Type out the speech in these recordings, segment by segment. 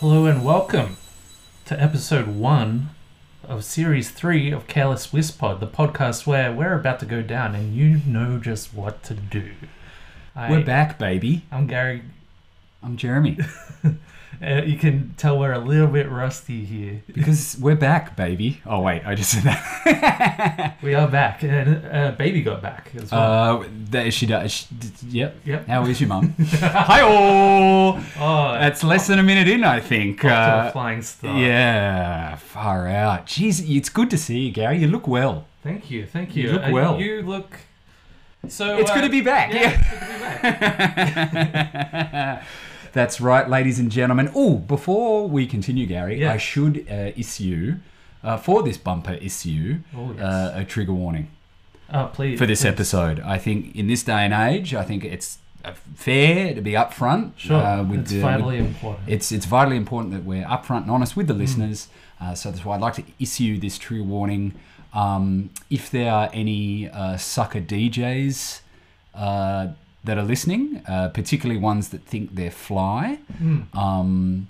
Hello and welcome to episode one of series three of Careless Whispod, the podcast where we're about to go down and you know just what to do. I, We're back, baby. I'm Gary. I'm Jeremy. Uh, you can tell we're a little bit rusty here. Because we're back, baby. Oh wait, I just said that. We are back, and uh, baby got back as well. Uh, that she does. She, d- yep. Yep. How is your mum? Hi all. oh, That's less than a minute in, I think. off to a Uh, flying start. yeah. Far out. Jeez, it's good to see you, Gary. You look well. Thank you. Thank you. You look Uh, well. You look. So It's uh, good to be back. Yeah, it's good to be back. That's right, ladies and gentlemen. Oh, before we continue, Gary, Yeah. I should uh, issue uh, for this bumper issue Oh, yes. uh, a trigger warning. Oh, please. for this episode. I think in this day and age, I think it's uh, fair to be upfront. Sure. uh, with it's the- vitally Mm. with- important. it's it's vitally important that we're upfront and honest with the listeners. Uh, so that's why I'd like to issue this true warning. Um, if there are any uh, sucker DJs uh, that are listening, uh, particularly ones that think they're fly, Hmm. um,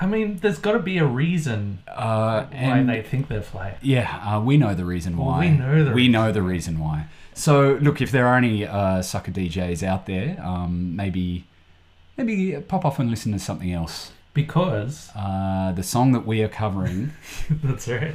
I mean, there's got to be a reason uh, why and- they think they're flat. Yeah, uh, we know the reason Well, why. we know the We reason. know the reason why. So, look, if there are any uh, sucker DJs out there, um, maybe maybe pop off and listen to something else. Because Uh, the song that we are covering that's right.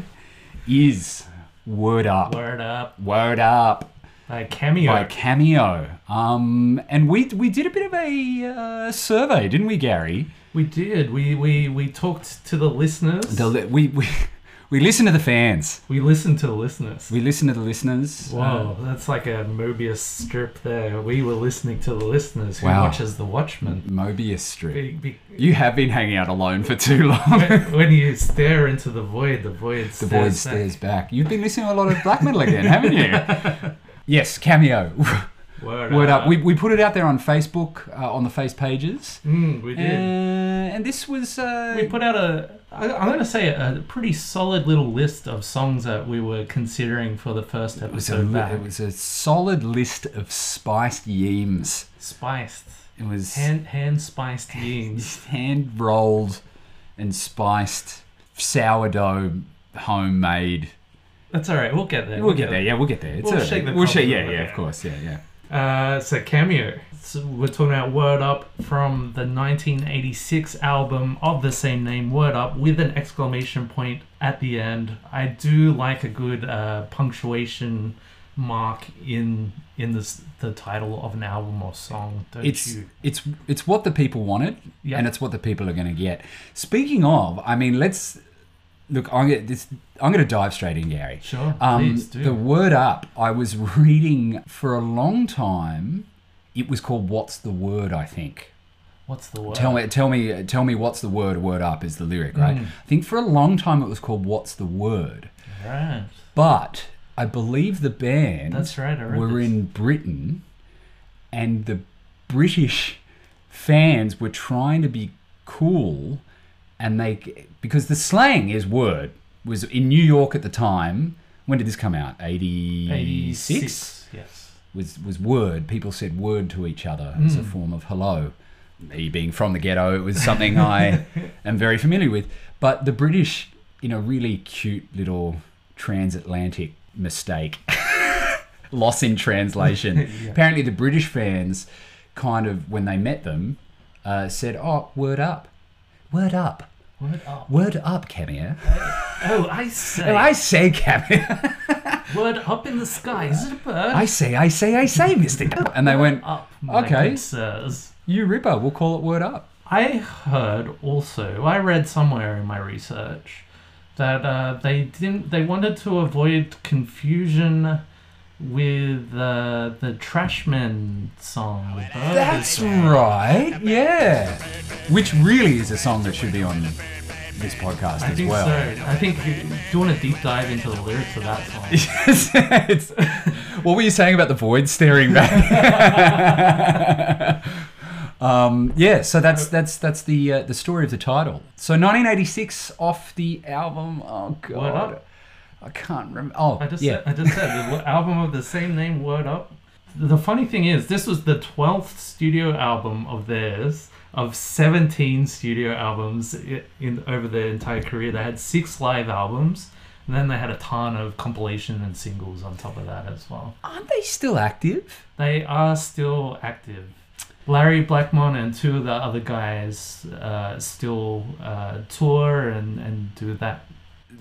is "Word Up." Word up. Word Up By cameo. by Cameo. Um, and we we did a bit of a uh, survey, didn't we, Gary? we did. We we we talked to the listeners. The, li- we we we listened to the fans. we listened to the listeners. We listened to the listeners. Wow, that's like a Mobius strip there. We were listening to the listeners who Wow. watches The Watchmen. Uh, Mobius Strip. Be- be- You have been hanging out alone for too long. when when you stare into the void, the void The stares. void back. stares back. You've been listening to a lot of black metal again, haven't you? yes, cameo. Word, Word up. We, we put it out there on Facebook, uh, on the face pages. Mm, we Uh, did. and this was. Uh, we put out a I, i'm going to say a pretty solid little list of songs that we were considering for the first it, was a, episode li- back it was a solid list of spiced yeams. spiced It was hand hand spiced beans hand rolled and spiced sourdough homemade. that's all right we'll get there We'll get there. Yeah, we'll get there. It's We'll all right. shake the We'll shake. cobwebs Yeah, off, yeah, yeah. of course. Yeah, yeah. uh, so cameo so we're talking about word up from the 1986 album of the same name word up with an exclamation point at the end i do like a good uh, punctuation mark in in this the title of an album or song don't it's you it's it's what the people wanted Yeah. and it's what the people are going to get speaking of i mean let's look i'm going to i'm going to dive straight in gary sure um, please do the word up i was reading for a long time it was called what's the word i think What's the word? tell me tell me tell me what's the word word up is the lyric right Mm. i think for a long time it was called what's the word Right. but i believe the band That's right. I read were this. in Britain, and the British fans were trying to be cool, and they because the slang is word was in New York at the time. When did this come out? Eighty six Yes. was was word. People said word to each other as a form of hello. Me being from the ghetto, it was something I am very familiar with. But the British, in a really cute little transatlantic mistake, loss in translation. Apparently, the British fans kind of, when they met them, uh, said, "Oh, word up, word up, Word up. word up, cameo." Oh, I say. And I say, cameo. Word up in the sky. Is it a bird? Uh, I say, I say, I say, Mister. And they went, up. My Okay. good Sirs. "You ripper, we'll call it word up." I heard also. I read somewhere in my research that uh, they didn't. They wanted to avoid confusion with uh, the Trashmen song. The bird is- That's right. Yeah. Which really is a song that should be on this podcast I as think well. so. I think. Do you want to deep dive into the lyrics of that song? It's- what were you saying about the void staring back? um, yeah, so that's that's that's the uh, the story of the title. So 1986 off the album. Oh Word god, up. I can't remember. Oh, I just said, yeah. I just said the album of the same name, Word Up, The funny thing is, this was the 12th studio album of theirs, of 17 studio albums i- in over their entire career. They had six live albums, and then they had a ton of compilation and singles on top of that as well. Aren't they still active? They are still active. Larry Blackmon and two of the other guys uh, still uh, tour and, and do that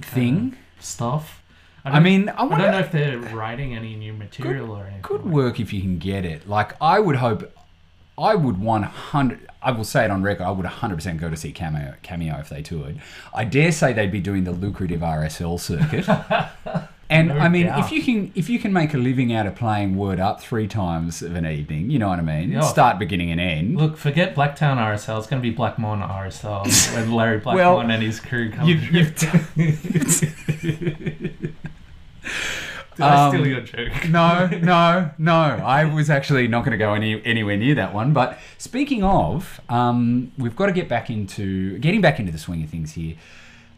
Thing. stuff. Uh, I, I don't- mean, I I don't know wonder. if they're writing any new material or anything. Could work if you can get it. Like, I would hope. I would 100. I will say it on record. I would 100% go to see Cameo, Cameo if they toured. I dare say they'd be doing the lucrative RSL circuit. And No I mean, doubt. if you can if you can make a living out of playing Word Up three times of an evening, you know what I mean. Yeah. Start, beginning, and end. Oh. Look, forget Blacktown RSL. It's going to be Blackmon RSL when Larry Blackmon Well, and his crew come you've- through. you've Did I Um, steal your joke? no, no, no. I was actually not going to go any, anywhere near that one. But speaking of, um, we've got to get back into getting back into the swing of things here.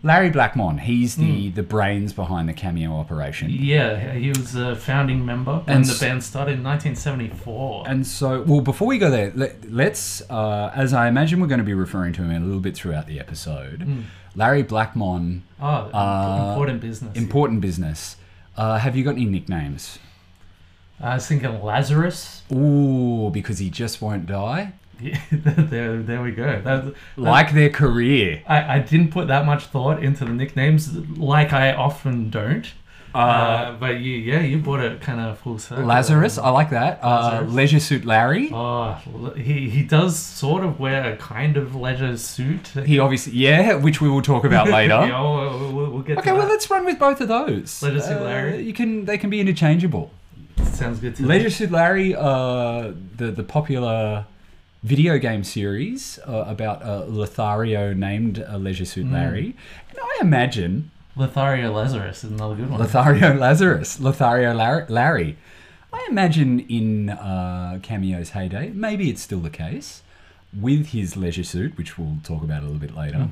Larry Blackmon, he's the the brains behind the cameo operation. Yeah, he was a founding member when And the s- band started in 1974. And so, well, before we go there, let, let's, uh, as I imagine we're going to be referring to him a little bit throughout the episode, Larry Blackmon, oh, uh, important business. important business. Uh, have you got any nicknames? I was thinking Uh, Lazarus. Ooh, because he just won't die. Yeah, there, there we go. That, Like their career. I, I didn't put that much thought into the nicknames, like I often don't. Uh, but you, yeah, you brought it kind of full circle. Lazarus, I like that. Uh, Lazarus. Leisure Suit Larry. Oh, l- he, he does sort of wear a kind of leisure suit. He obviously, yeah, which we will talk about later. Yeah, we'll, we'll, we'll get Okay, to well, that. let's run with both of those. Uh, Leisure Suit Larry. You can, they can be interchangeable. Sounds good to Leisure me. Suit Larry, uh, the the popular video game series uh, about uh, Lothario named uh, Leisure Suit Mm. Larry, and I imagine Lothario Lazarus is another good one. Lothario Lazarus, Lothario Lar- Larry. I imagine in uh, Cameo's heyday, maybe it's still the case, with his leisure suit, which we'll talk about a little bit later,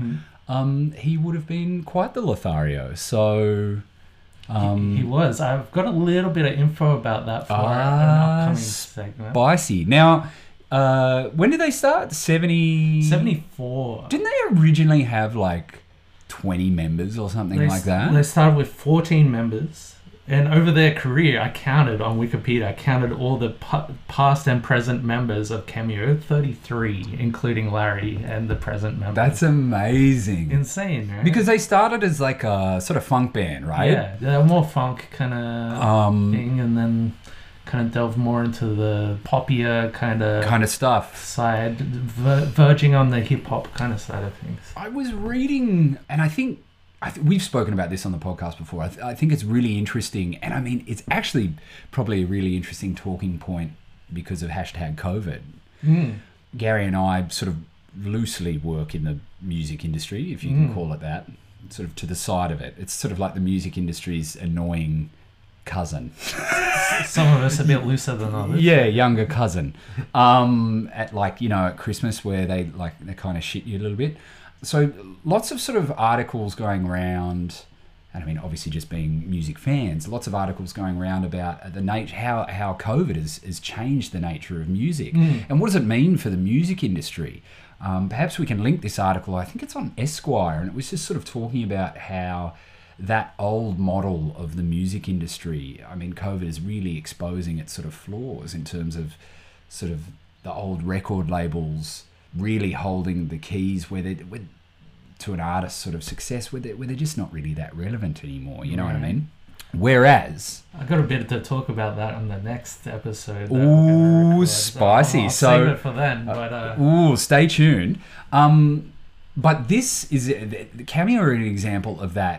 um, he would have been quite the Lothario. So, he um, was. I've got a little bit of info about that for Ah, an upcoming sp- segment. spicy. Now, uh, when did they start? 70. 74. Didn't they originally have like 20 members or something They s- like They that? started with 14 members, and over their career, I counted on Wikipedia, I counted all the pa- past and present members of Cameo 33, including Larry and the present members. That's amazing. insane, right? because they started as like a sort of funk band, right? yeah, they're more funk kind of Um, thing, and then kind of delve more into the poppier kind of kind of stuff. side, ver- verging on the hip hop kind of side of things. I was reading, and I think I th- we've spoken about this on the podcast before. I, th- I think it's really interesting, and I mean, it's actually probably a really interesting talking point because of hashtag COVID. Hmm. Gary and I sort of loosely work in the music industry, if you can call it that, sort of to the side of it. It's sort of like the music industry's annoying cousin. Some of us a bit looser than others. Yeah, younger cousin. Um, at like you know at Christmas where they like they kind of shit you a little bit. So lots of sort of articles going around, and I mean obviously just being music fans, lots of articles going around about the nature how how COVID has has changed the nature of Mm. music and what does it mean for the music industry. Um, perhaps we can link this article. I think it's on Esquire, and it was just sort of talking about how that old model of the music industry. I mean, COVID is really exposing its sort of flaws in terms of sort of the old record labels really holding the keys where they where, to an artist's sort of success where, they, where they're just not really that relevant anymore. You know what I mean? Whereas, I got a bit to talk about that on the next episode. that we're Ooh, gonna record, spicy. I'll, I'll So- save it for then. But uh, ooh, stay tuned. Um, but this is uh, the cameo are an example of that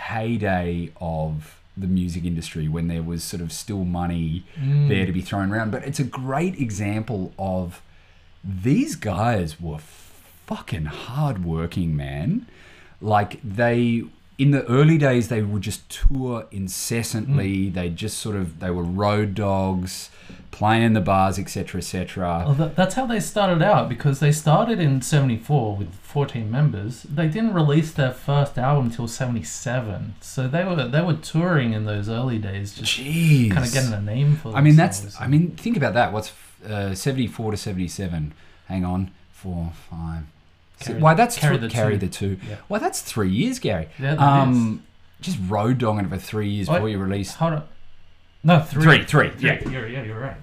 heyday of the music industry when there was sort of still money there to be thrown around. But it's a great example of these guys were fucking hardworking, man. Like they in the early days they would just tour incessantly they just sort of they were road dogs playing in the bars etc etc Well, tha- that's how they started out because they started in 74 with 14 members. They didn't release their first album till 77. So they were they were touring in those early days just jeez kind of getting a name for i mean themselves. that's i mean think about that what's uh, 74 to 77 hang on four five six- Carry- why that's carry carry, the two. carry the two Yeah. Why that's three years gary Yeah, that um just road dogging for three years What? before you is. release Hold on. No, Oh, three. Three, three, yeah. You're, yeah, you're right.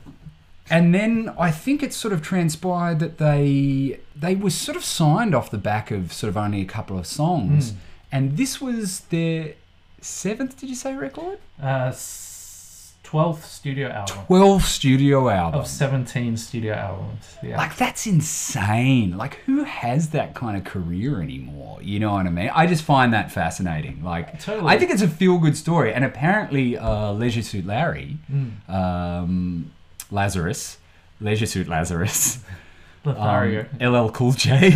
And then I think it sort of transpired that they they were sort of signed off the back of sort of only a couple of songs, Mm. and this was their seventh. Did you say record? Uh, s- 12th studio album Twelve studio album. of 17 studio albums. Yeah. Like that's insane. Like who has that kind of career anymore? You know what I mean? I just find that fascinating. Like Totally. I think it's a feel good story. And apparently, uh, Leisure Suit Larry, Mm. um, Lazarus, Leisure Suit Lazarus. Lothario. Um, LL Cool J.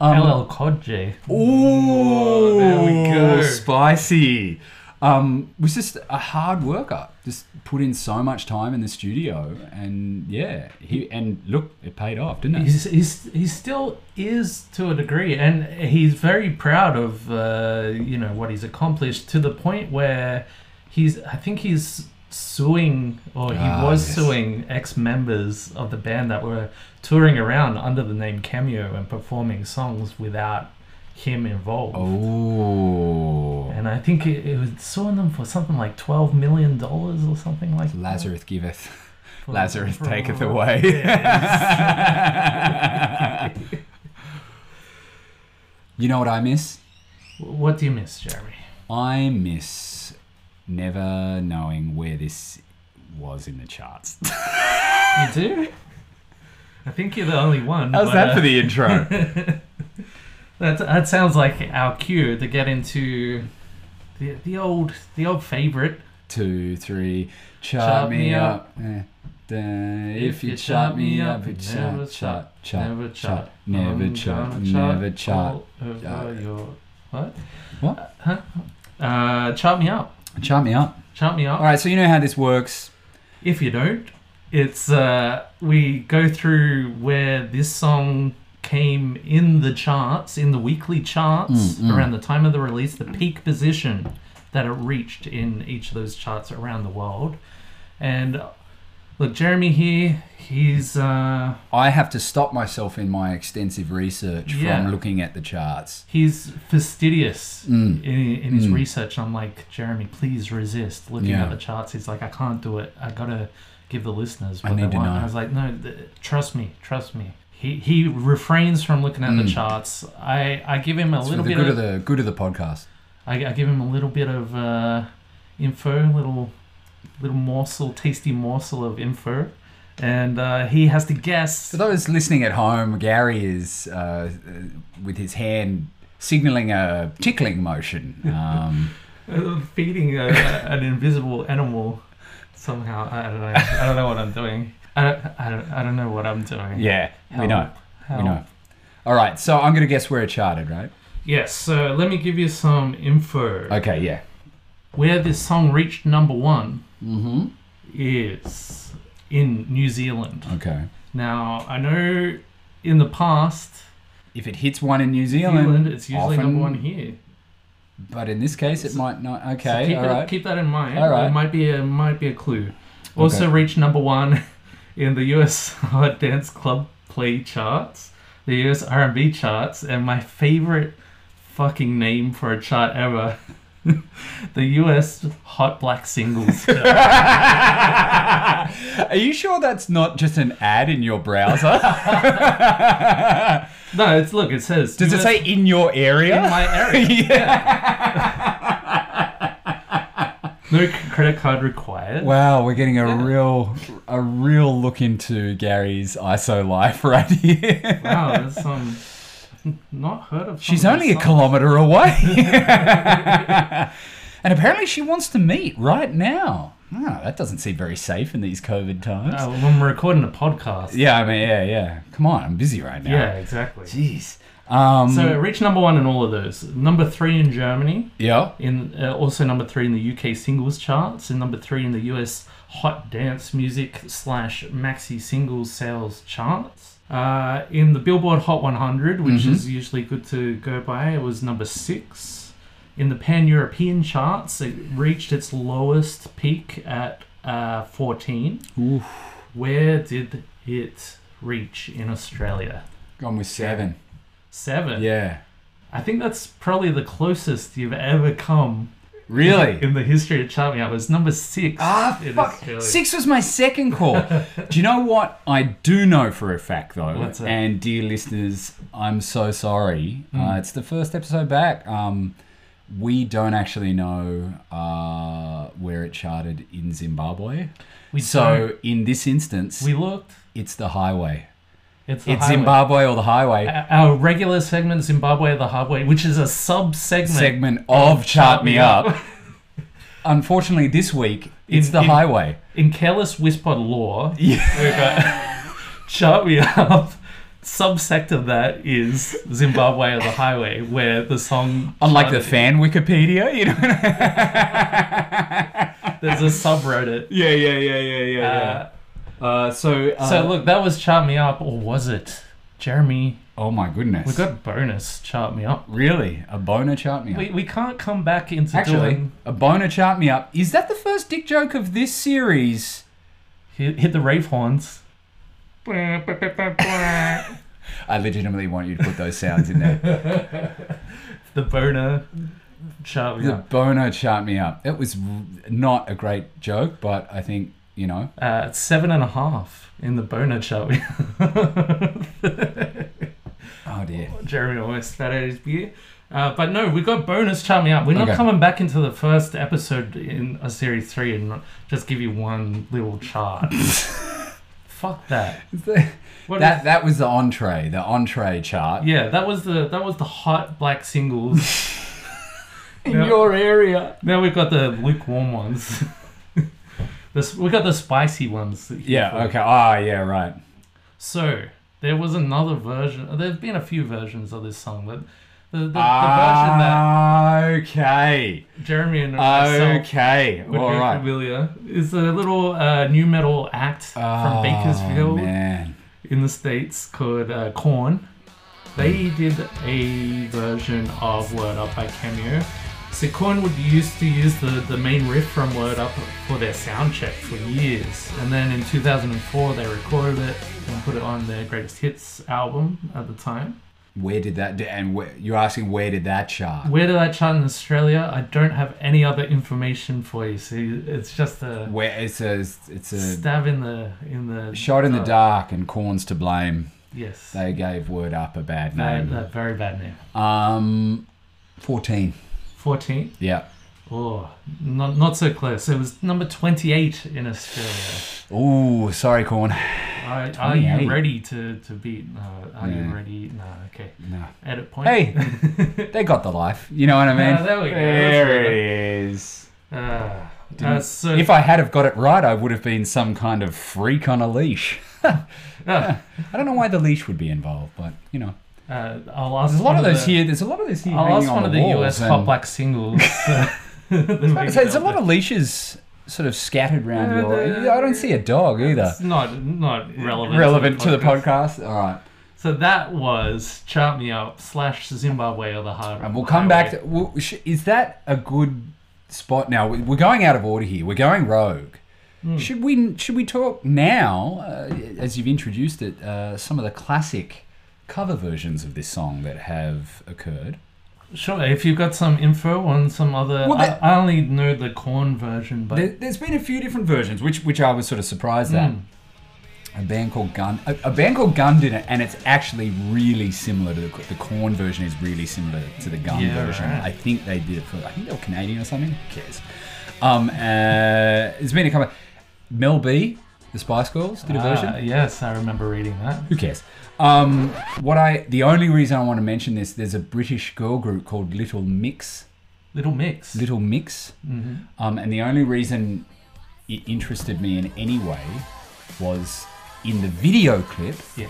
um, LL Cod J. Ooh, there we go. Spicy. Um, was just a hard worker. Just put in so much time in the studio, and yeah, he and look, it paid off, didn't it? He's, he's, he still is to a degree, and he's very proud of uh, you know what he's accomplished to the point where he's I think he's suing or he Ah, was yes. suing ex members of the band that were touring around under the name Cameo and performing songs without him involved. Oh, And I think it, it was suing them for something like twelve million dollars or something like that. Lazarus giveth, For- Lazarus for- taketh away. you know what I miss? What do you miss, Jeremy? I miss never knowing where this was in the charts. You do? I think you're the only one. How's but, that uh, for the intro? That that sounds like our cue to get into the the old the old favorite. Two, three, chop, Chop me, me up. Eh, dun, if you chop me up, it never chop, chop, chop. never chat. never I'm chop, gonna never chat chop, all over chop. your- what? What? Huh? Uh, chop me up. Chop me up. Chop me up. All right, so you know how this works. If you don't, it's uh, we go through where this song came in the charts, in the weekly charts, Mm, mm. around the time of the release, the peak position that it reached in each of those charts around the world. And uh, look, Jeremy here, he's uh, I have to stop myself in my extensive research Yeah. from looking at the charts. he's fastidious Mm. in, in his Mm. research. I'm like, Jeremy, please resist looking Yeah. at the charts. He's like, I can't do it. I gotta give the listeners I what they need to want. know. I was like, no, th- trust me, trust me. He he refrains from looking at the Mm. charts. I I give him a It's for little the bit good of, of the good of the podcast. I, I give him a little bit of uh, info, little little morsel, tasty morsel of info, and uh, he has to guess. For those listening at home, Gary is uh, uh, with his hand signaling a tickling motion. Um, Uh, feeding a, an invisible animal somehow. I don't know. I don't know what I'm doing. I don't, I don't, I don't know what I'm doing. yeah, we Help. know. Help. We know. All right, so I'm going to guess where it charted, right? Yes, so let me give you some info. Okay, yeah. Where this song reached number one Mm-hmm. is in New Zealand. Okay. Now, I know in the past, If it hits one in New Zealand, Zealand, it's usually often- number one here. But in this case, it might not. So Okay, keep, all that, right. keep that in mind. All right. It might be a, might be a clue. Also reached number one in the US Hot Dance Club Play charts, the US R&B charts, and my favorite fucking name for a chart ever, the US Hot Black Singles. chart. Are you sure that's not just an ad in your browser? no, it's look. It says. Does it US say in your area? in my area? No c- credit card required. Wow, we're getting a real, a real look into Gary's ISO life right here. Wow, that's um, not heard of. She's some of only these a songs. kilometer away. and apparently she wants to meet right now. Oh, that doesn't seem very safe in these COVID times. Oh, Uh, when we're recording a podcast. Yeah, I mean, yeah, yeah. Come on, I'm busy right now. Yeah, exactly. Jeez. Um, So it reached number one in all of those. Number three in Germany, yeah. in uh, also number three in the UK singles charts, and number three in the US hot dance music slash maxi singles sales charts. Uh, in the Billboard Hot 100, which Mhm. is usually good to go by, it was number six. In the Pan European charts, it reached its lowest peak at uh, 14. Oof. Where did it reach in Australia? Gone with seven. Seven. Yeah. I think that's probably the closest you've ever come Really? in the history of Charming Up. It's number six. Ah, in fuck. Australia. Six was my second call. do you know what I do know for a fact, though? What's that? And dear listeners, I'm so sorry. Uh, Mm. it's the first episode back. Um, we don't actually know uh, where it charted in Zimbabwe. We so, in this instance, We looked. it's the highway. It's, the It's highway. Zimbabwe or the highway. Our- Our regular segment, Zimbabwe the Highway, which is a sub segment. segment of Chart Me Up. Unfortunately, this week it's In- the in- highway. in Careless Whisper lore, Yeah. we've got Chart Me Up. Subsect of that is Zimbabwe or the Highway, where the song. Unlike the Chart- fan Wikipedia, you know. There's a subreddit. yeah, yeah, yeah, yeah, Uh, Uh, so, uh, so look, that was Chart Me Up, or was it? Jeremy, oh my goodness, we got bonus Chart Me Up. really a boner Chart Me Up. We, we can't come back into Actually, doing a boner Chart Me Up is that the first dick joke of this series? hit, hit the rave horns. I legitimately want you to put those sounds in there. The boner chart. The boner Chart Me Up. It was r- not a great joke, but I think you know Uh, it's seven and a half in the boner chart. Oh dear. Jeremy always spat out his beer. Uh, but no, we got bonus chart me up. We're not Okay. coming back into the first episode in a series three and not just give you one little chart. Fuck that. What that that was the entree, the entree chart. yeah, that was the that was the hot black singles. Yeah. area. Now we've got the lukewarm ones. this we got the spicy ones. that you Yeah, prefer. okay. Ah, yeah, right. So there was another version. There've been a few versions of this song, but the, the, the Okay. version that Jeremy and myself Ah. Okay. would All be right. familiar is a little uh, new metal act Oh, from Bakersfield Man. in the states called uh, Corn. They Hmm. did a version of Word Up by Cameo. So Korn would used to use the, the main riff from Word Up for their sound check for years. And then in 2004 they recorded it and put it on their greatest hits album at the time. Where did that? And where, you're asking where did that chart? Where did that chart in Australia? I don't have any other information for you. So it's just a Where it's a it's a stab in the in the shot in the dark and corns to blame. Yes. They gave word up a bad Bad- name. that very bad name. Um, fourteen. 14. Yeah. Oh, not not so close. It was number twenty-eight in Australia. Ooh, sorry, corn. Are, are you 28? ready to to beat? No, are Yeah. you ready? No, okay. No. Edit point. Mm. Hey, they got the life. You know what I mean? Yeah, there we go. That's it is. Uh, uh, Didn't- so If I had have got it right, I would have been some kind of freak on a leash. uh, I don't know why the leash would be involved, but you know, uh, I'll ask there's a lot one of those the, here. There's a lot of those here. I'll hanging ask on one of the the walls US hot and- black singles. uh, I'd say There's a lot of leashes sort of scattered around Uh, your. the- I don't see a dog either. It's not not relevant. Relevant to the podcast. All right, So that was chart me up slash Zimbabwe or the hard. and we'll come back. To, we'll, sh- is that a good spot? Now We- we're going out of order here. We're going rogue. Should we should we talk now, uh, as you've introduced it, uh, some of the classic cover versions of this song that have occurred? Sure, if you've got some info on some other, Well, I- that- I, only know the corn version, but There, there's been a few different versions, which which I was sort of surprised at. Mm. A band called Gun, a, a band called Gun did it, and it's actually really similar to the the Corn version. Is really similar to the Gun Yeah, version. right. I think they did it for. I think they were Canadian or something. Who cares? Um, uh, there's been a couple. Mel B, the Spice Girls, did a version. Ah, yes, I remember reading that. Who cares? Um, what I the only reason I want to mention this, there's a British girl group called Little Mix. Little Mix. Little Mix. hmm Um, and the only reason it interested me in any way was in the video clip. Yeah.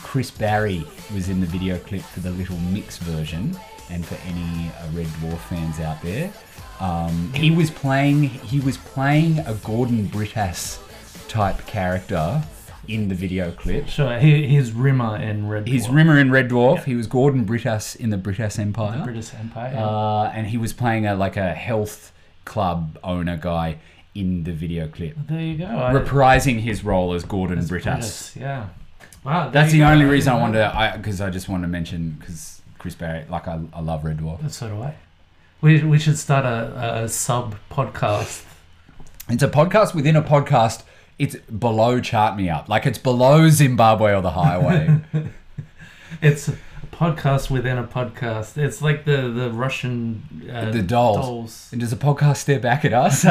Chris Barry was in the video clip for the Little Mix version, and for any uh, Red Dwarf fans out there, um, he was playing he was playing a Gordon Britas type character in the video clip. Sure, he, he's Rimmer in Red He's Dwarf, Rimmer in Red Dwarf. He was Gordon Britas in the Britas Empire. the British Empire. Uh, and he was playing a like a health club owner guy in the video clip, there you go. I- reprising his role as Gordon it's Britas. British, Yeah. Wow. there That's you the go. only reason I wanted to, because I, just wanted to mention because Chris Barry, like I, I love Red Dwarf. So do I. We, we should start a, a sub podcast. It's a podcast within a podcast. It's below Chart Me Up, like it's below Zimbabwe or the Highway. It's a podcast within a podcast. It's like the the Russian uh, The dolls. and does the podcast stare back at us?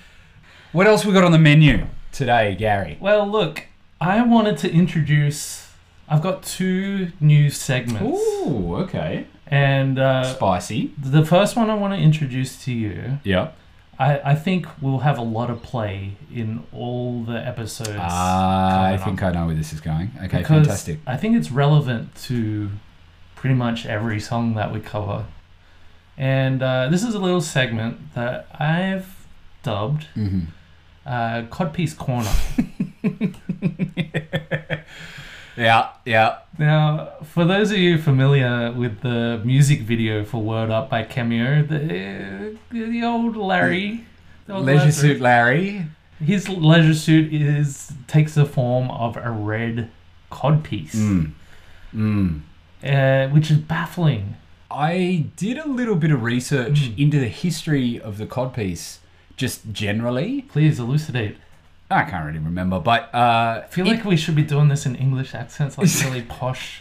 what else we got on the menu today, Gary? Well, look, I wanted to introduce. I've got two new segments, Ooh, okay. and uh, Spicy. the first one I want to introduce to you. Yep. I, I think we'll have a lot of play in all the episodes. I coming up. think I know where this is going. Ah, Okay, because fantastic. I think it's relevant to pretty much every song that we cover. And uh, this is a little segment that I've dubbed hmm uh, Codpiece Corner. Yeah, yeah. now, for those of you familiar with the music video for Word Up by Cameo, the, the old Larry. the old Leisure Larry- Suit Larry. His leisure suit is takes the form of a red codpiece, Mm. Mm. uh, which is baffling. I did a little bit of research Mm. into the history of the codpiece, just generally. Please elucidate. I can't really remember, but uh, I feel like we should be doing this in English accents, like really posh.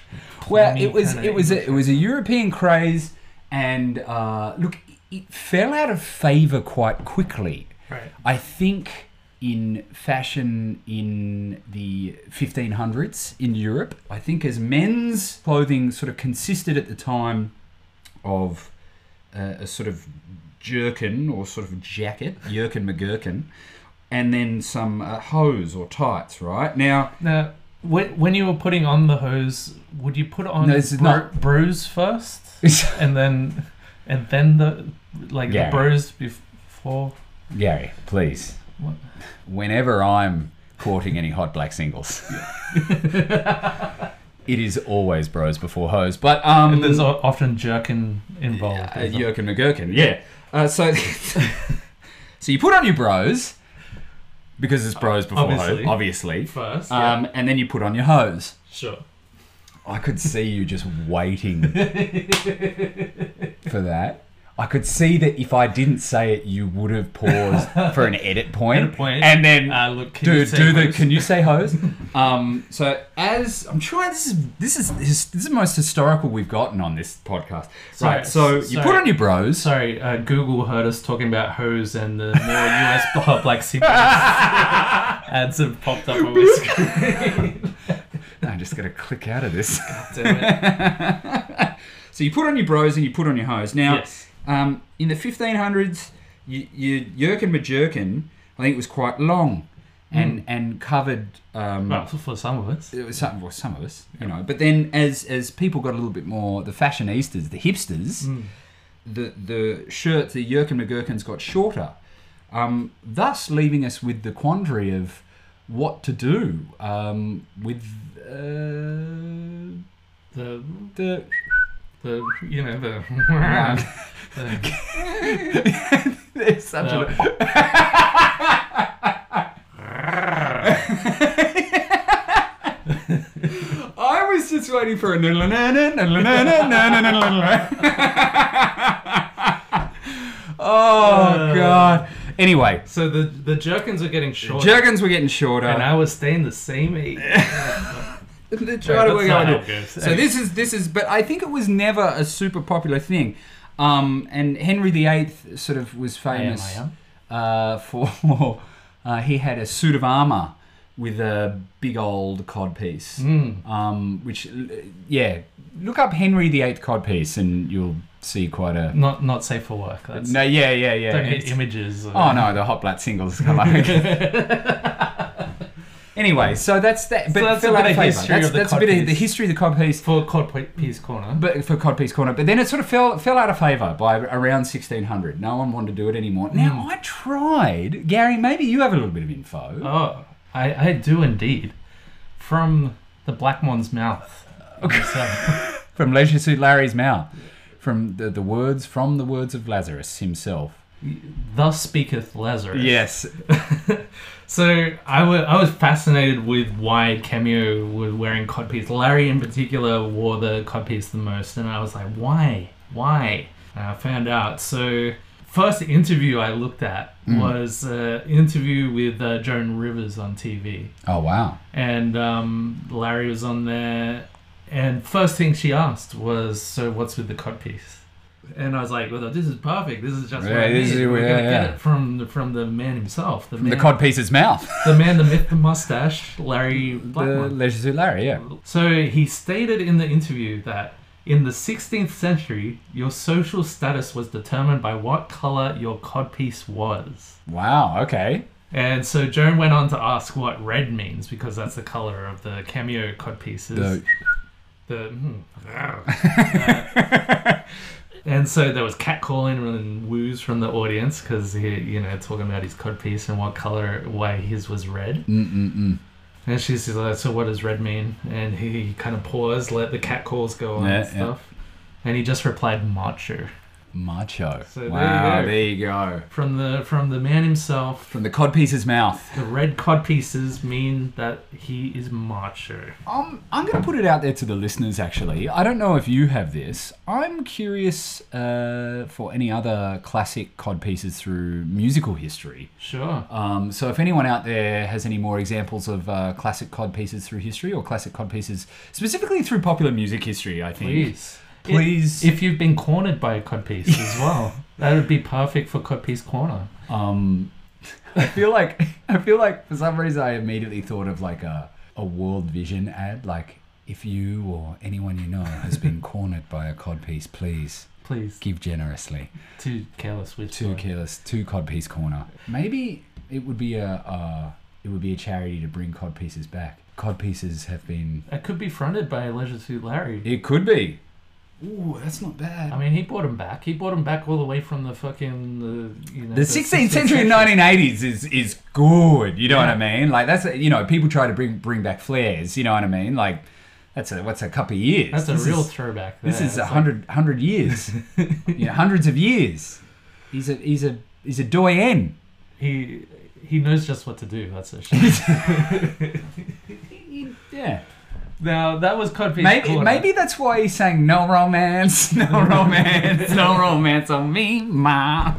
well, plummy it was kinda it was a, English. it was a European craze, and uh, look, it fell out of favor quite quickly. right. I think in fashion in the 1500s in Europe, I think as men's clothing sort of consisted at the time of uh, a sort of jerkin or sort of jacket, jerkin McGurkin, and then some uh, hose or tights, right? Now, Now, wh- when you were putting on the hose, would you put on No, this is bro- not- bros first, and then and then the like Yeah. the bros before? Gary, please. What? Whenever I'm courting any hot black singles, it is always bros before hose. But um, And there's o- often jerkin involved. Uh, isn't there? Jurgen McGurkin, yeah. Uh, so, so you put on your bros because it's bros before Obviously. hose, obviously. First, yeah, Um, and then you put on your hose. sure. I could see you just waiting for that. I could see that if I didn't say it, you would have paused for an edit point, Edit point. and then Uh, look, can you do say do the hose? can you say hose? um, so as I'm sure this is this is this is the most historical we've gotten on this podcast. Sorry, right. So you sorry. put on your bros. Sorry, uh, Google heard us talking about hose and the more US pop like symbols. ads have popped up on my screen. I just got to click out of this. Damn it. so you put on your bros and you put on your hose. Now, Yes. um, in the 1500s, you, you Yerkin Majerkin, I think it was quite long and and covered. Um, Well, for- for some of us. it was some, well, some of us, you know. But then, as as people got a little bit more, the fashionistas, the hipsters, Mm. the the shirts, the Yerkin McGurkins got shorter, um, thus leaving us with the quandary of what to do um, with uh, The, the the you know, the. the- There's such a. I was just waiting for a na- na- na- na- na- na- na- na- na- na- na- Oh god. Anyway, so the, the jerkins are getting short. Jergens were getting shorter. and I was staying the same age. They're trying to Sorry, work that's not out how what it to do. goes. So this is this is, but I think it was never a super popular thing. Um, and Henry VIII sort of was famous. I am. uh, for uh, he had a suit of armor with a big old codpiece, Mm. um, which l- yeah, look up Henry VIII codpiece and you'll see quite a Not not safe for work. That's, no, Oh, yeah, yeah, yeah. don't hit It's- images. or- oh no, the hot blood singles. Come on. Anyway, so that's that. But that's a fill bit out of a paper. history That's, of the that's a bit of codpiece. the history of the cod piece. for Cod Piece Corner. But for Codpiece Corner, but then it sort of fell fell out of favour by around 1600. No one wanted to do it anymore. Hmm. Now I tried, Gary. Maybe you have a little bit of info. Oh, I, I do indeed. From the Black Mon's mouth. Okay. From Leisure Suit Larry's mouth. From the, the words, from the words of Lazarus himself. Thus speaketh Lazarus. Yes. So I wa- I was fascinated with why Cameo was wearing codpiece. Larry in particular wore the codpiece the most, and I was like, why? Why? And I found out. So first interview I looked at Mm. was an interview with uh, Joan Rivers on TV, Oh, wow. and um, Larry was on there. And first thing she asked was, "So what's with the codpiece?" And I was like, "Well, this is perfect. This is just what I Yeah, this need. is- We're yeah, gonna yeah. get it from the, from the man himself, the The man Codpiece's mouth. the man, the myth, the mustache, Larry the Blackmon. Leisure Suit Larry, yeah. So he stated in the interview that in the 16th century, your social status was determined by what color your codpiece was. Wow, okay. And so Joan went on to ask what red means because that's the color of the cameo codpieces. The- The, hmm. Uh, and so there was catcalling and woos from the audience because he, you know, talking about his codpiece and what color, why his was red. Mm-mm-mm. And she's just like, so what does red mean? And he kind of paused, let the cat calls go on Yeah, and yeah. stuff. And he just replied macho. Macho. So there you wow, go. there you go. From the from the man himself, From the Codpiece's mouth. the red cod pieces mean that he is macho. Um, I'm going to put it out there to the listeners, actually. I don't know if you have this. I'm curious uh, for any other classic Codpieces through musical history. Sure. Um, so if anyone out there has any more examples of uh, classic cod pieces through history or classic cod pieces specifically through popular music history, I think. Please. Please. If, if you've been cornered by a cod piece as well, that would be perfect for cod piece corner. Um, I feel like I feel like for some reason I immediately thought of like a a World Vision ad, like if you or anyone you know has been cornered by a cod piece, please Please. give generously Too careless with to Careless to Cod Piece Corner. Maybe it would be a uh, it would be a charity to bring cod pieces back. Cod pieces have been It could be fronted by Leisure Suit Larry. It could be. Ooh, that's not bad. I mean, he bought him back. He bought him back all the way from the fucking the you know the 16th century, 1980s is is good. You know what I mean? Like that's a, you know people try to bring bring back flares. You know what I mean? Like that's a what's a couple of years. That's a This real Is, throwback. There. this is It's a like- hundred hundred years. you know, hundreds of years. He's a he's a he's a doyen. he he knows just what to do. That's a shit. Yeah. now that was Codpiece Maybe Corner. maybe that's why he sang no romance, no romance, no romance on me, ma.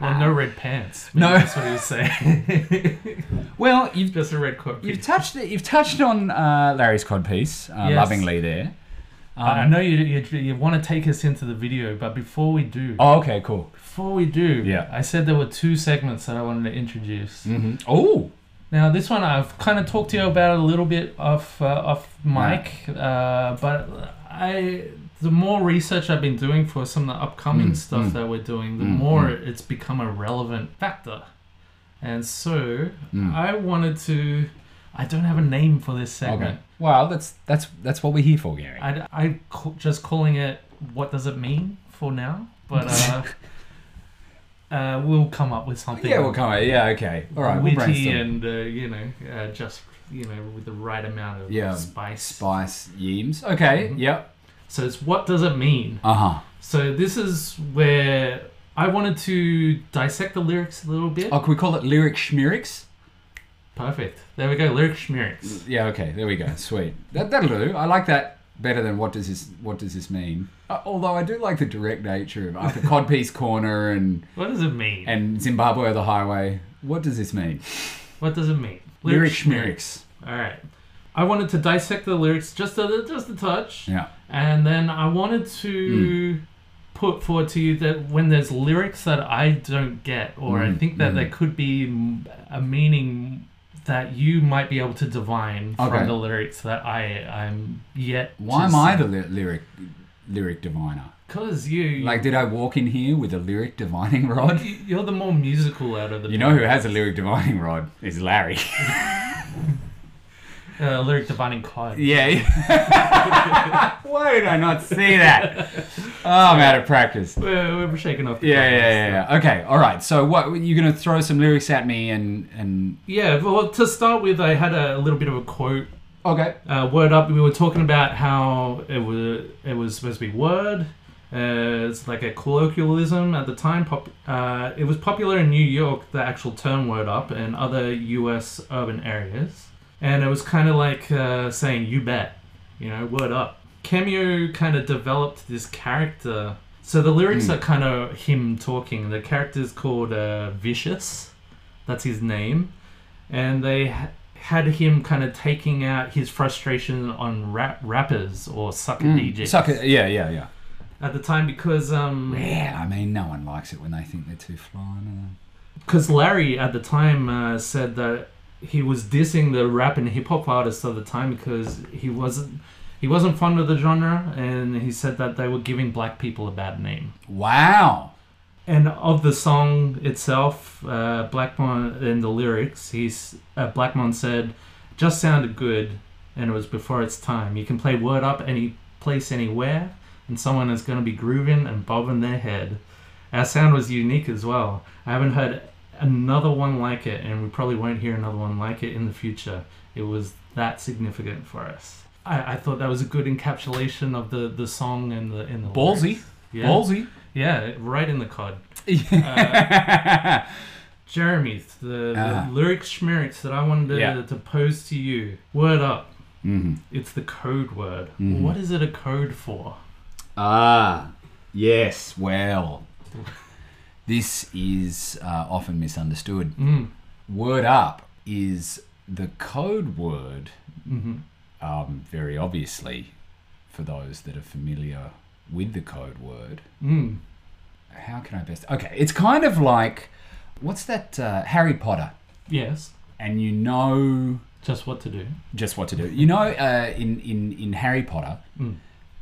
well, no red pants. Maybe No. that's what he was saying. Well, you've just a red codpiece. You've touched you've touched on uh, Larry's cod piece uh, Yes. lovingly there. Um, Uh, I know you, you you want to take us into the video, but before we do, Oh, okay, cool. before we do, Yeah. I said there were two segments that I wanted to introduce. Oh, Now this one I've kind of talked to you about a little bit off uh, off mic, uh, but I the more research I've been doing for some of the upcoming Mm, stuff mm. that we're doing, the Mm, more it's become a relevant factor. And so Mm. I wanted to. I don't have a name for this okay. segment. Well, that's that's that's what we're here for, Gary. I I ca- just calling it. What does it mean for now? But uh, uh, we'll come up with something. yeah, we'll come. Yeah, okay. All right, we'll witty brainstorm. and uh, you know uh, just you know with the right amount of Yeah. spice. Spice Yeems. Okay. Mhm. Yep. So it's what does it mean? Uh huh. So this is where I wanted to dissect the lyrics a little bit. Oh, can we call it lyric schmirics? Perfect. There we go. Lyric schmirics. Yeah. Okay. There we go. Sweet. That that'll do. I like that better than what does this what does this mean? Uh, although I do like the direct nature of after Codpiece Corner and What does it mean? and Zimbabwe or the Highway. What does this mean? what does it mean? Lyric schmirics. All right. I wanted to dissect the lyrics just a just a touch, Yeah. and then I wanted to. Hmm. Put forward to you that when there's lyrics that I don't get, or I Mm, think that mm. there could be mm, a meaning that you might be able to divine Okay. from the lyrics that I I'm yet. to Why am I see. the ly- lyric lyric diviner? Cause you Like, did I walk in here with a lyric divining rod? you- you're the more musical out of the. You know who has a lyric divining rod is Larry. uh, lyric dividing card. Yeah. Why did I not see that? Oh, I'm out of practice. We're, we're shaking off. The Yeah, yeah, cobwebs. yeah, yeah. Okay, all right. So what you're gonna throw some lyrics at me and and Yeah, well, to start with, I had a little bit of a quote. okay. Uh, word up, we were talking about how it was it was supposed to be word. Uh, it's like a colloquialism at the time. Pop, uh, it was popular in New York, the actual term "word up," and other U.S. urban areas. And it was kind of like uh, saying "you bet," you know, "word up." Cameo kind of developed this character. So the lyrics are kind of him talking. The character's called uh, Vicious. That's his name. And they ha- had him kind of taking out his frustration on rap- rappers or sucker Hmm. Mm. DJs. Suck it. Yeah, yeah, yeah. At the time because um, Yeah, I mean, no one likes it when they think they're too fly. and, cause Larry at the time uh, said that he was dissing the rap and hip hop artists of the time because he wasn't he wasn't fond of the genre and he said that they were giving black people a bad name. uh, Wow. And of the song itself, uh, Blackmon in the lyrics, he's uh, Blackmon said, "Just sounded good, and it was before its time. You can play Word Up any place, anywhere, and someone is going to be grooving and bobbing their head. Our sound was unique as well. I haven't heard another one like it, and we probably won't hear another one like it in the future. It was that significant for us. I, I thought that was a good encapsulation of the, the song and the in the Ballsy. lyrics. Yeah. Ballsy. Yeah, right in the cod. Yeah. Jeremy, the, Ah. the lyric schmerix that I wanted to, Yeah. to pose to you. Word up. hmm It's the code word. Mhm. What is it a code for? Ah, yes. Well, this is uh, often misunderstood. Mm. Word up is the code word, hmm um, very obviously, for those that are familiar with the code word. Mm. How can I best? Okay, it's kind of like what's that uh, Harry Potter, Yes. and you know Just what to do. just what to do. You know, uh, in in in Harry Potter, Mm.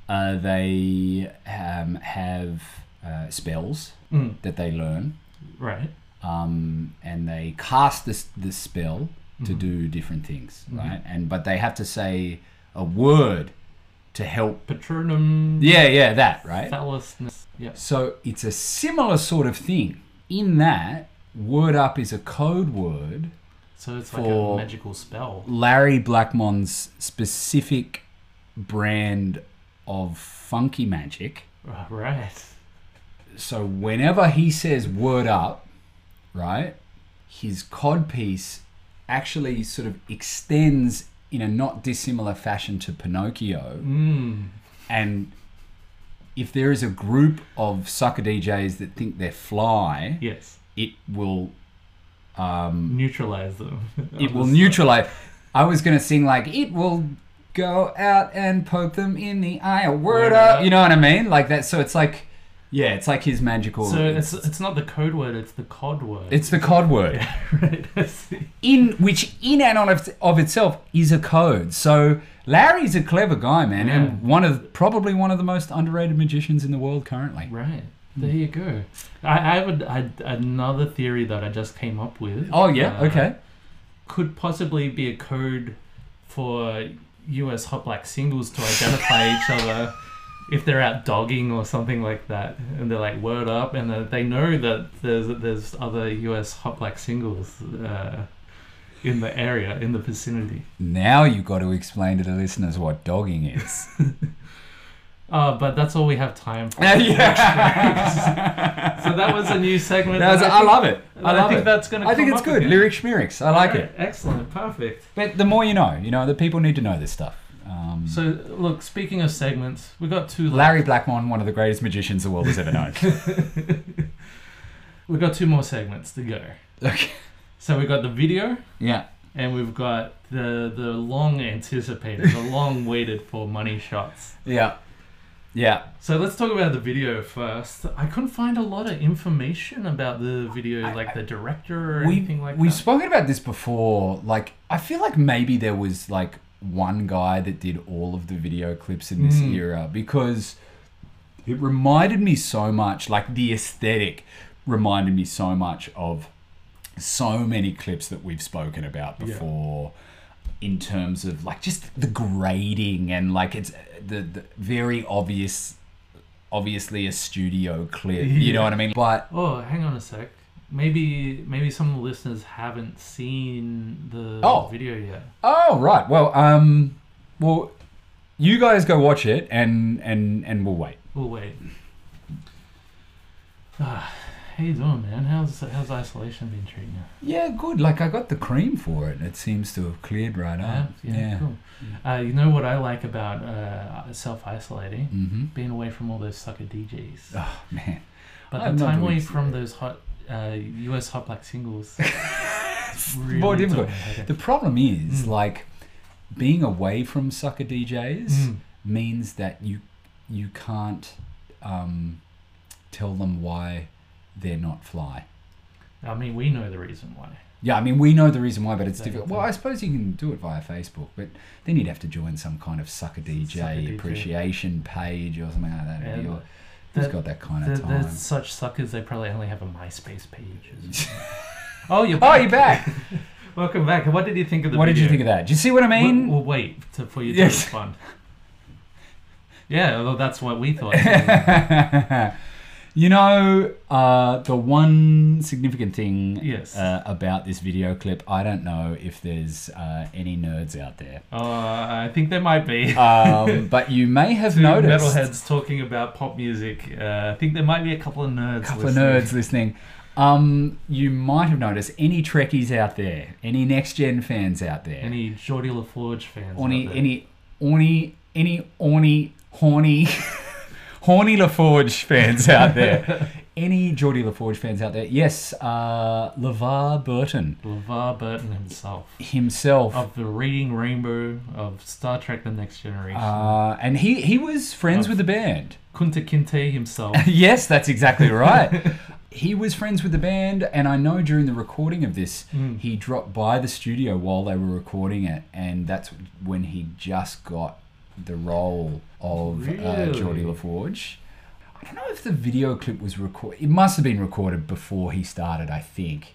uh, they um, have uh, spells Mm. that they learn, Right. um, and they cast this this spell to do different things, right? And but they have to say a word to help. Patronum. Yeah, yeah, that right. Phallusness. Yes. So it's a similar sort of thing in that word up is a code word. So it's For- like a magical spell. Larry Blackmon's specific brand of funky magic. Uh, Right. So whenever he says word up, right, his cod piece actually sort of extends in a not dissimilar fashion to Pinocchio. Mm. And if there is a group of sucker DJs that think they're fly, Yes. it will um, Neutralize them. it will neutralize. I was gonna sing like it will go out and poke them in the eye. A word Word up, up. you know what I mean? Like that. So it's like, yeah, it's like his magical. So it's it's not the code word. It's the cod word. it's the cod word right. I see. in which in and on of, of itself is a code. So Larry's a clever guy, man, and one of probably one of the most underrated magicians in the world currently. Right. Hmm. There you go. I, I have a, I- another theory that I just came up with. Oh yeah, Uh, okay. Could possibly be a code for US hot black singles to identify each other if they're out dogging or something like that, and they're like word up, and uh, they know that there's there's other US hot black singles uh, in the area in the vicinity. Now you've got to explain to the listeners what dogging is. Uh, but that's all we have time for. yeah. So that was a new segment. That was- and I love it. I I love think it. that's gonna I think come it's up good. again. Lyric schmerics. I like Alright, it. Excellent. Perfect. But the more you know, you know, the people need to know this stuff. Um, So look, speaking of segments, we got two. left. Larry Blackmon, one of the greatest magicians the world has ever known. we got two more segments to go. okay. So we got the video, Yeah. and we've got the the long anticipated, the long waited for money shots. Yeah. Yeah. So let's talk about the video first. I couldn't find a lot of information about the video, I- like the director or We, anything like we've that. spoken about this before. Like, I feel like maybe there was like one guy that did all of the video clips in this Mm. era because it reminded me so much, like, the aesthetic reminded me so much of so many clips that we've spoken about Yeah. before. in terms of like just the grading and like it's uh, the, the very obvious, obviously a studio clip. You know what I mean? But Oh, hang on a sec. Maybe maybe some of the listeners haven't seen the Oh. video yet. oh right, well um, well, you guys go watch it and and and we'll wait. We'll wait. Ah, how you doing, man? How's how's isolation been treating you? Yeah, good. Like I got the cream for it. It seems to have cleared right up. yeah, cool. Uh, you know what I like about uh, self isolating? Mm-hmm. Being away from all those sucker DJs. Oh man. But I'm the not time doing away so from bad. those hot uh, US hot black singles. it's more difficult. doing my head in. The problem is Mm. like being away from sucker DJs Mm. means that you you can't um, tell them why they're not fly. I mean, we know the reason why. Yeah, I mean we know the reason why, but it's They difficult. don't. Well, I suppose you can do it via Facebook, but then you'd have to join some kind of sucker DJ Sucker DJ. appreciation page or something like that. And Or the- who's got that kind They're, of they're time? such suckers. They probably only have a MySpace page. or something. oh, you're Oh, back. you're back. Welcome back. What did you think of the? what did you video? think of that? Do you see what I mean? We'll, we'll wait to, for you to Yes. respond. Yeah, well, that's what we thought. you know, uh, the one significant thing Yes. uh, about this video clip, I don't know if there's uh, any nerds out there, uh, I think there might be. um, but you may have Two noticed metalheads talking about pop music. Uh, I think there might be a couple of nerds. a couple of listening. nerds listening. Um, you might have noticed any Trekkies out there, any Next Gen fans out there, Any Geordie LaForge fans? Orny, out there? any orny, any orny, horny, horny LaForge fans out there. any Geordie LaForge fans out there? Yes, uh, LeVar Burton LeVar Burton himself himself. of the Reading Rainbow of Star Trek: The Next Generation. Uh, and he, he was friends Of- with the band. Kunta Kinte himself. yes, that's exactly right. he was friends with the band, and I know during the recording of this, Mm. he dropped by the studio while they were recording it, and that's when he just got the role of uh, Really? Geordie LaForge. I don't know if the video clip was recorded. It must have been recorded before he started, I think.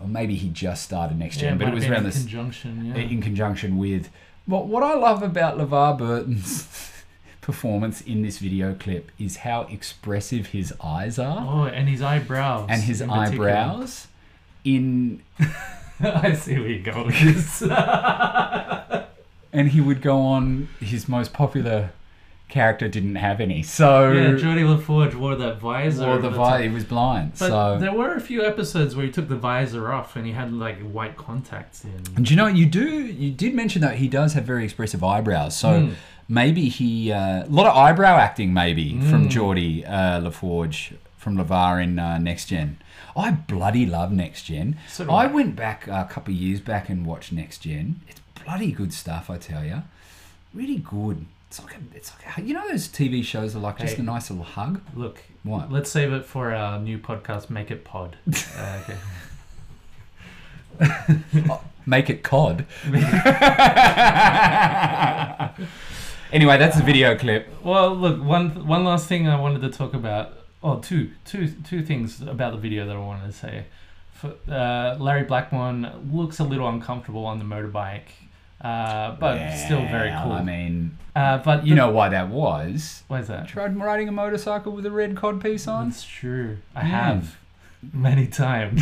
Or maybe he just started next gen, but might it was have been around in this conjunction. Yeah. in conjunction with. Well, what I love about LeVar Burton's performance in this video clip is how expressive his eyes are Oh, and his eyebrows. and his in particular. eyebrows. In I see where you're going with this. and he would go on his most popular character didn't have any, so yeah, Jodie LaForge wore that visor. or at the time. vi- he was blind. But so there were a few episodes where he took the visor off and he had like white contacts in. And you know, you do you did mention that he does have very expressive eyebrows, so Mm. maybe he uh, a lot of eyebrow acting maybe from Mm. Geordie uh, LaForge from Levar in uh, Next Gen. I bloody love Next Gen. So do I I. went back uh, a couple of years back and watched Next Gen. It's bloody good stuff, I tell you. Really good. It's like a, it's like a, you know those TV shows are like just Hey. a nice little hug. Look, What? let's save it for our new podcast, Make It Pod. Uh, okay. Make it cod. anyway, that's the video clip. Well, look, one one last thing I wanted to talk about. Oh, two, two, two things about the video that I wanted to say. For, uh, Larry Blackmon looks a little uncomfortable on the motorbike, uh, but still very Well, cool. I mean, uh, but you know why that was. why is that? Tried riding a motorcycle with a red cod piece on. That's true. I Yeah. have many times.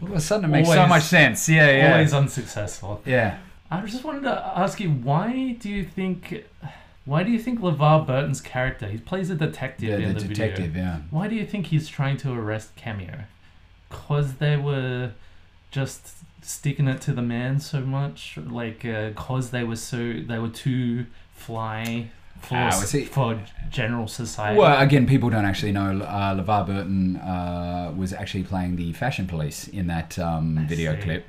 All of a sudden, it makes so Always- much sense. Yeah, yeah, Always unsuccessful. yeah. I just wanted to ask you, why do you think, why do you think LeVar Burton's character? He plays a detective Yeah, in the the, video. detective. Yeah. Why do you think he's trying to arrest Cameo? Because they were just sticking it to the man so much, like because they were so they were too fly for Ah, was he- for general society. Well, again, people don't actually know uh, LeVar Burton uh, was actually playing the fashion police in that um, I video see. clip.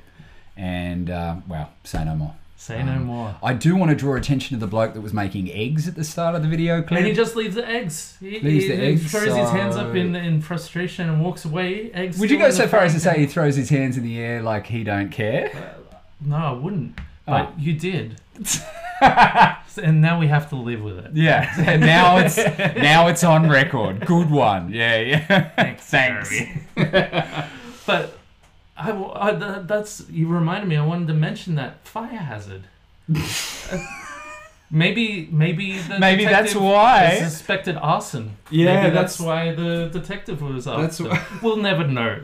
And, uh, well, say no more. Say no um, more. I do want to draw attention to the bloke that was making eggs at the start of the video clip. And he just leaves the eggs. He, Leaves he, the he eggs, throws his hands up so- in, in frustration and walks away. Eggs. Would you still go in the so far as to frying say he throws his hands in the air like he don't care? pan. Uh, No, I wouldn't. But Oh. you did. and now we have to live with it. Yeah, and now it's now it's on record. Good one. Yeah, yeah. Thanks, Thanks. Jeremy. but I, w- I- th- that's you reminded me. I wanted to mention that fire hazard. maybe maybe the Maybe that's detective why. suspected arson. Yeah, maybe that's, that's- why the detective was after. That's we'll never know.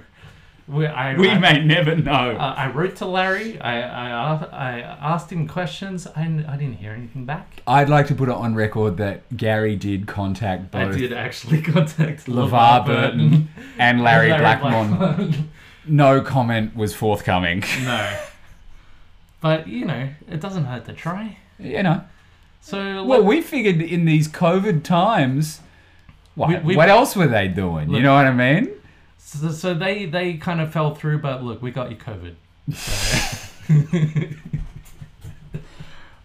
We I, We I, may never know. uh, I wrote to Larry. I I, a- I asked him questions. I, n- I didn't hear anything back. I'd like to put it on record that Gary did contact I both did actually contact LeVar Burton and Larry, Blackmon. No comment was forthcoming. no. But you know, it doesn't hurt to try. you know. So Well, let- we figured in these COVID times, what, We- we- what else were they doing? Look- you know what I mean? so, so they they kind of fell through, but look, we got you covered.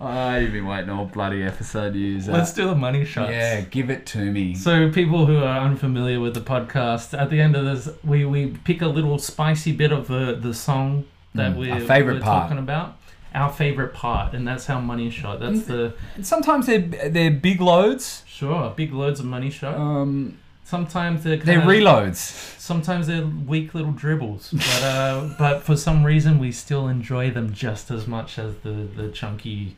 Oh, you've been waiting all bloody episode years. uh, Let's do the money shots. yeah, give it to me. So people who are unfamiliar with the podcast, at the end of this, we, we pick a little spicy bit of the, the song that Mm, we're, our favorite we're part. talking about. Our favorite part, and that's how money shot. That's the And sometimes they're they're big loads. sure big loads of money shot. Um, Sometimes they're kind they're of- reloads. Sometimes they're weak little dribbles, but uh, but for some reason we still enjoy them just as much as the the chunky,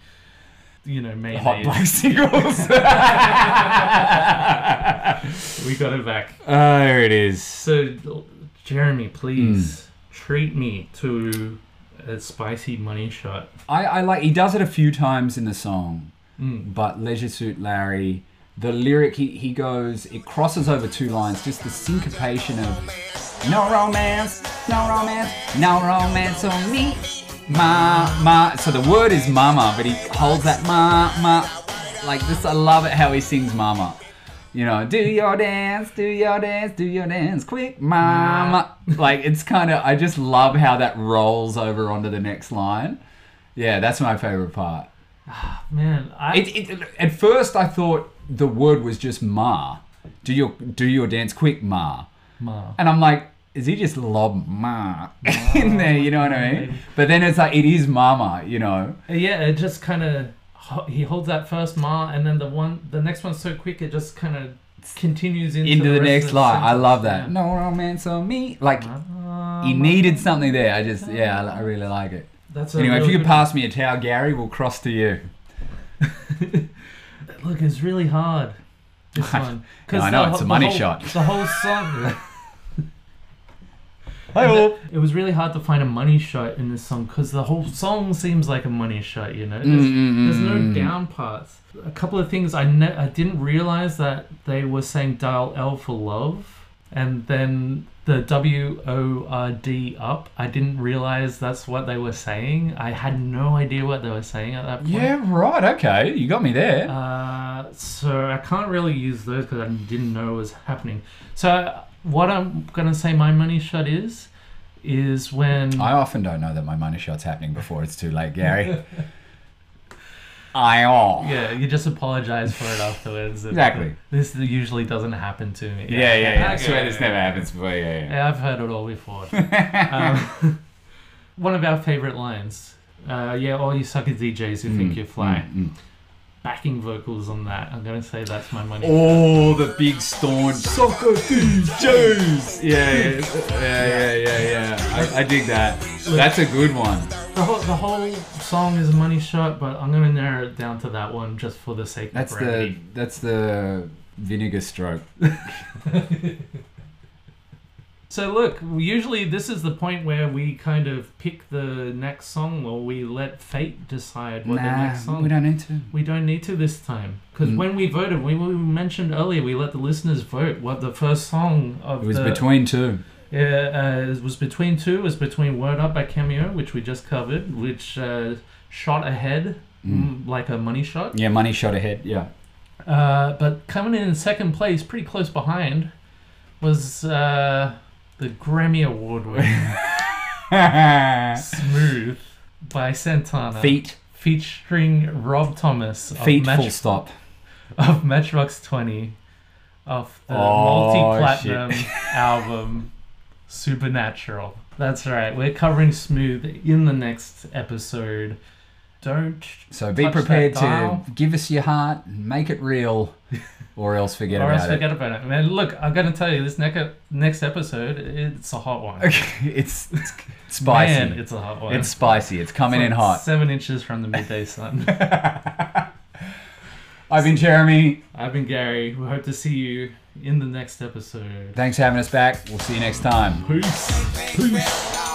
you know, Hot mayonnaise. black singles. We got it back. there Oh, it is. So, Jeremy, Hmm. please treat me to a spicy money shot. I, I like he does it a few times in the song, Mm. but Leisure Suit Larry, the lyric he, he goes, it crosses over two lines, just the syncopation of No romance, no romance, no romance on me. Ma ma so the word is mama, but he holds that ma ma like this I love it how he sings mama. You know, do your dance, do your dance, do your dance, quick mama. Like it's kinda I just love how that rolls over onto the next line. Yeah, that's my favorite part. Man, I It, it, at first, I thought the word was just ma. Do your do your dance quick, ma. Ma. And I'm like, is he just lob ma in there? You know what I mean? But then it's like it is mama. You know? yeah, it just kind of he holds that first ma, and then the one the next one's so quick it just kind of continues into, Into rest the, of next line. I sentence. love that. Yeah. No romance on me. Like Ah, he ma. needed something there. I just yeah, I, I really like it. That's a Anyway, if real you could good- pass me a towel, Gary, we'll cross to you. Look, it's really hard. This one. 'Cause I know, the it's wh- a money the whole- shot. The whole song. It was really hard to find a money shot in this song because the whole song seems like a money shot, you know? There's, mm, there's no mm. down parts. A couple of things I, ne- I didn't realize that they were saying dial L for love and then the W O R D up. I didn't realize that's what they were saying. I had no idea what they were saying at that point. Yeah, right. Okay, you got me there. Uh, so I can't really use those because I didn't know it was happening. So what I'm gonna say my money shot is, is when I often don't know that my money shot's happening before it's too late, Gary. I all. yeah you just apologize for it afterwards. Exactly. This usually doesn't happen to me. Okay. happens before. Yeah, Yeah, I've heard it all before. um, one of our favorite lines. Uh, yeah, all you sucker DJs who Mm, think you're fly. Backing vocals on that. I'm gonna say that's my money. Oh. All the big staunch soccer DJs. Yeah, yeah, yeah, yeah, yeah. yeah. I, I dig that. That's a good one. The whole, the whole song is a money shot, but I'm gonna narrow it down to that one just for the sake That's of the brevity. that's the vinegar stroke. So look, usually this is the point where we kind of pick the next song, or we let fate decide what the next song. we don't need to. We don't need to this time because Mm. when we voted, we, we mentioned earlier, we let the listeners vote what the first song of It was the between two. Yeah, uh, it was between two. It was between Word Up by Cameo, which we just covered, which uh, shot ahead Mm. mm, like a money shot. Yeah, money shot ahead. Yeah. Uh, but coming in in second place, pretty close behind, was uh, the Grammy Award winner "Smooth" by Santana, Feet, featuring Rob Thomas of, feet, Match- full stop. of Matchbox Twenty, of the Oh, multi-platinum album Supernatural. That's right. We're covering "Smooth" in the next episode. don't. So be touch that prepared to dial. give us your heart, make it real, or else forget or about else forget about it, man. Look, I'm gonna tell you this next next episode. It's a hot one. it. Okay, it's, it's spicy. Man, it's, it's a hot one. spicy. It's coming in Like hot. Seven inches from the midday sun. I've been Jeremy. I've been Gary. We hope to see you in the next episode. Thanks for having us back. We'll see you next time. Peace. Peace. Now